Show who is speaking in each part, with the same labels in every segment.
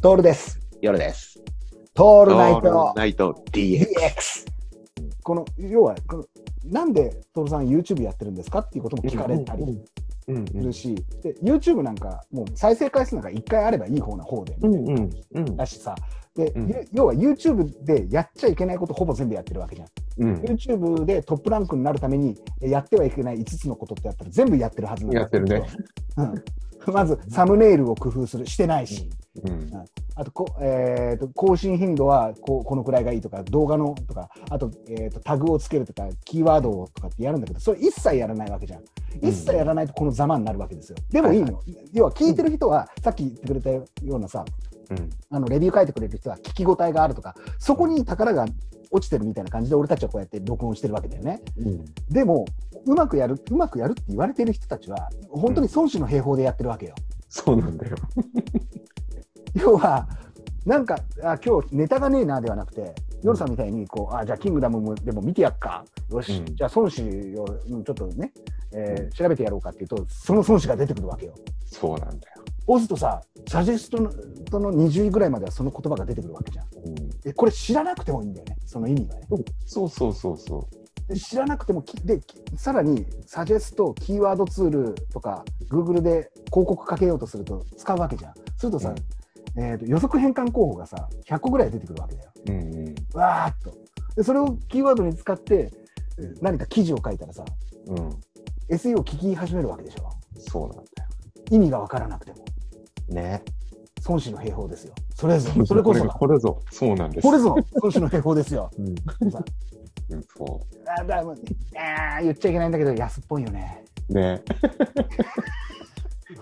Speaker 1: トールです。
Speaker 2: 夜です。
Speaker 1: ト
Speaker 2: オ
Speaker 1: ールナイト
Speaker 2: ナイト DX。
Speaker 1: DX。この、要は、このなんでトールさん YouTube やってるんですかっていうことも聞かれたり
Speaker 2: うん
Speaker 1: するし、で YouTube なんか、もう再生回数なんか1回あればいい方な方で、
Speaker 2: うんうんうん
Speaker 1: だしさ、で、
Speaker 2: うん
Speaker 1: ゆ要は YouTube でやっちゃいけないことほぼ全部やってるわけじゃん。
Speaker 2: うん。
Speaker 1: YouTube でトップランクになるためにやってはいけない5つのことってやったら全部やってるはずなんだ
Speaker 2: やってるね。
Speaker 1: うんまず、サムネイルを工夫する、してないし。
Speaker 2: うん
Speaker 1: あとこ、えーと更新頻度はこうこのくらいがいいとか、動画のとか、あと,、えーとタグをつけるとか、キーワードをとかってやるんだけど、それ一切やらないわけじゃん。一切やらないとこのざまになるわけですよ。でもいいの。要は聞いてる人は、さっき言ってくれたようなさ、
Speaker 2: うん
Speaker 1: あのレビュー書いてくれる人は聞き応えがあるとか、そこに宝が落ちてるみたいな感じで、俺たちはこうやって録音してるわけだよね。
Speaker 2: うん
Speaker 1: でも、うまくやる、うまくやるって言われてる人たちは、本当に孫子の兵法でやってるわけよ。
Speaker 2: そうなんだよ。
Speaker 1: 要はなんかあ今日ネタがねえなではなくて夜さんみたいにこうあじゃあキングダムもでも見てやっかよし、
Speaker 2: うん
Speaker 1: じゃあ孫子をうんちょっとね、えー調べてやろうかっていうとその孫子が出てくるわけよ
Speaker 2: そうなんだよ。
Speaker 1: 押すとさサジェストのとの20位ぐらいまではその言葉が出てくるわけじゃん
Speaker 2: うん
Speaker 1: でこれ知らなくてもいいんだよねその意味がね
Speaker 2: そうそうそうそ
Speaker 1: で知らなくてもきできさらにサジェストキーワードツールとか Google で広告かけようとすると使うわけじゃんするとさ、えーと予測変換候補がさ100個ぐらい出てくるわけだよ
Speaker 2: う。うんうん
Speaker 1: わーっとでそれをキーワードに使ってえー何か記事を書いたらさ
Speaker 2: うん。
Speaker 1: SEO を聞き始めるわけでしょ
Speaker 2: そうなんだよ。
Speaker 1: 意味が分からなくても
Speaker 2: ね。
Speaker 1: 孫子の兵法ですよそれ ぞそれこそが
Speaker 2: これぞ。そうなんです。
Speaker 1: これぞ孫子の兵法ですよ
Speaker 2: うん。
Speaker 1: さ
Speaker 2: うんそ
Speaker 1: あーだもうあー言っちゃいけないんだけど安っぽいよね
Speaker 2: う。ね。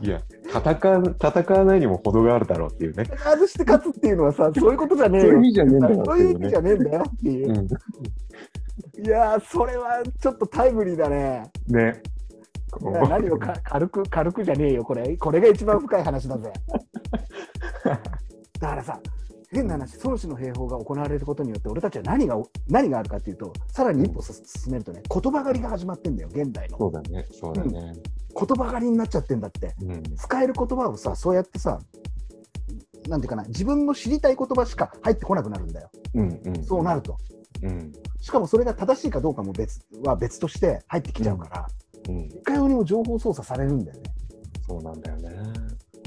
Speaker 2: いや、戦わ、戦わないにも程があるだろうっていうね。
Speaker 1: 外して勝つっていうのはさ そういうことじゃねえ
Speaker 2: そういう
Speaker 1: よ
Speaker 2: 意味じゃねえんだよ。
Speaker 1: そういう意味じゃねえんだよっていう、
Speaker 2: うん
Speaker 1: いやーそれはちょっとタイムリーだね
Speaker 2: ね。
Speaker 1: いや何をか軽く軽くじゃねえよこれこれが一番深い話 だぜだからさ変な話孫子の兵法が行われることによって俺たちは何が何があるかっていうとさらに一歩進めるとね言葉狩りが始まってんだよ現代の
Speaker 2: そうだね。そうだね。
Speaker 1: 言葉狩りになっちゃってんだって
Speaker 2: うん。
Speaker 1: 使える言葉をさそうやってさなんていうかな自分の知りたい言葉しか入ってこなくなるんだよ
Speaker 2: うんうん。
Speaker 1: そうなると
Speaker 2: うん。
Speaker 1: しかもそれが正しいかどうかも別は別として入ってきちゃうから、
Speaker 2: うん。
Speaker 1: いかようにも情報操作されるんだよね
Speaker 2: そうなんだよね。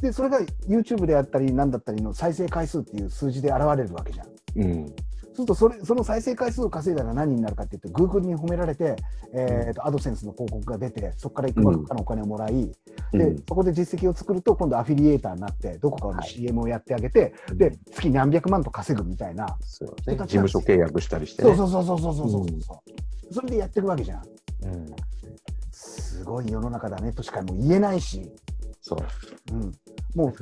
Speaker 1: でそれが YouTube であったり何だったりの再生回数っていう数字で現れるわけじゃん。
Speaker 2: うん。
Speaker 1: そうするとそれその再生回数を稼いだら何になるかって言って Google に褒められて、えー、と AdSense の広告が出てそこからいくばくかのお金をもらい、でそこで実績を作ると今度アフィリエーターになってどこかの
Speaker 2: はい
Speaker 1: CM をやってあげて、
Speaker 2: うん
Speaker 1: で月何百万と稼ぐみたいな、
Speaker 2: そうね。事務所契約したりして
Speaker 1: そう
Speaker 2: ね。
Speaker 1: そうそうそうそうそうそうそうそれでやっていくわけじゃん
Speaker 2: うん。
Speaker 1: すごい世の中だねとしかもう言えないし。
Speaker 2: そう。
Speaker 1: うん、もう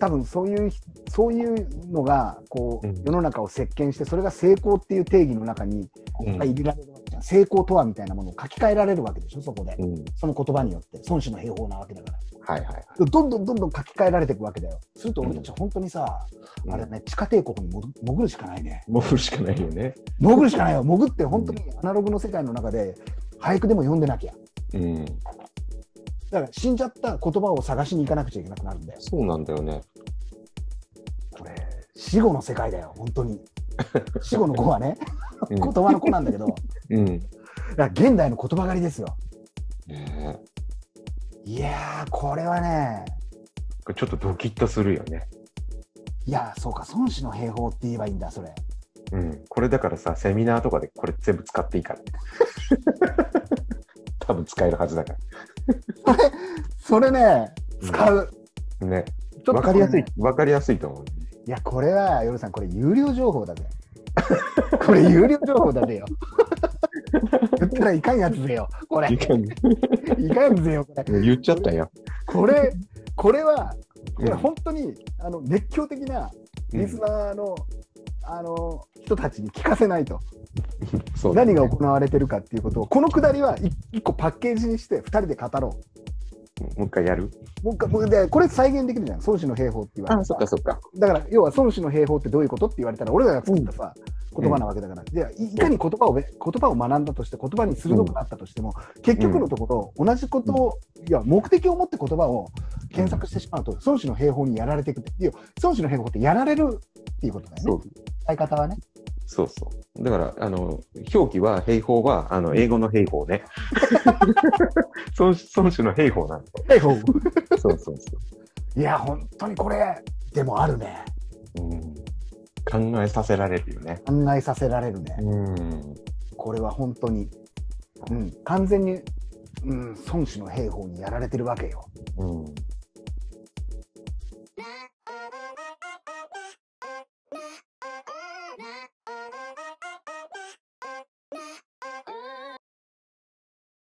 Speaker 1: 多分そういうひそういうのがこう、
Speaker 2: うん
Speaker 1: 世の中を席巻してそれが成功っていう定義の中に
Speaker 2: うん
Speaker 1: 入れられるわけじゃん、成功とはみたいなものを書き換えられるわけでしょそこで、
Speaker 2: うん。
Speaker 1: その言葉によって孫子の兵法なわけだから
Speaker 2: はいはい。
Speaker 1: どんどんどんどん書き換えられていくわけだよすると俺たち本当にさ、
Speaker 2: うん
Speaker 1: あれだね地下帝国にもぐ潜るしかないね
Speaker 2: 潜るしかないよね。
Speaker 1: 潜るしかないよ潜って本当にアナログの世界の中で俳句でも読んでなきゃ
Speaker 2: うん。
Speaker 1: だから死んじゃった言葉を探しに行かなくちゃいけなくなるんだよ
Speaker 2: そうなんだよね。
Speaker 1: これ死後の世界だよ本当 に死後の子はね
Speaker 2: う
Speaker 1: 言葉の子なんだ けど
Speaker 2: ん。うん。
Speaker 1: いや現代の言葉狩りですよ
Speaker 2: ね
Speaker 1: いやーこれはね
Speaker 2: えちょっとドキッとするよね。
Speaker 1: いやそうか孫子の兵法って言えばいいんだそれ
Speaker 2: うん。これだからさ、セミナーとかでこれ全部使っていい から。多分使えるはずだか
Speaker 1: それね使う、
Speaker 2: ら。ね。
Speaker 1: ちょっと
Speaker 2: わかりやすい
Speaker 1: これね。
Speaker 2: わかりやすいと思う。
Speaker 1: いやこれは夜さんこれ有料情報だぜ これ有料情報だぜ よ言ったらいかんやつぜよこれいかんやつぜよこれ
Speaker 2: 言っちゃったよ。
Speaker 1: これこれはこれ
Speaker 2: うん
Speaker 1: 本当にあの熱狂的なリスナーの,、あの人たちに聞かせないと、
Speaker 2: そうだね
Speaker 1: 何が行われてるかっていうことをこのくだりは一一個パッケージにして2人で語ろ
Speaker 2: もう一回やる
Speaker 1: もう一回もうでこれ再現できるじゃん孫子の兵法って言われ
Speaker 2: あ
Speaker 1: て
Speaker 2: そ
Speaker 1: さ
Speaker 2: っかそっか。
Speaker 1: だから要は孫子の兵法ってどういうことって言われたら俺らが作ったさ、言葉なわけだから、でいいかに言葉をべ言葉を学んだとして言葉に鋭くなったとしても、結局のところ同じことを、いや目的を持って言葉を検索してしまうと孫子の兵法にやられていくっていう孫子の兵法ってやられるっていうことだ
Speaker 2: そ
Speaker 1: よ
Speaker 2: う
Speaker 1: ね使い方はね
Speaker 2: そうそう。だから、あの、表記は、兵法は、あの、英語の兵法 ね。孫子孫子の兵法なんで。
Speaker 1: 兵法
Speaker 2: そうそうそ
Speaker 1: いや本当にこれでもあるね
Speaker 2: う。うん、考えさせられるよね。
Speaker 1: 考えさせられるね、
Speaker 2: うん。
Speaker 1: これは本当に、うん、完全に、うん、孫子の兵法にやられてるわけよ
Speaker 2: うん。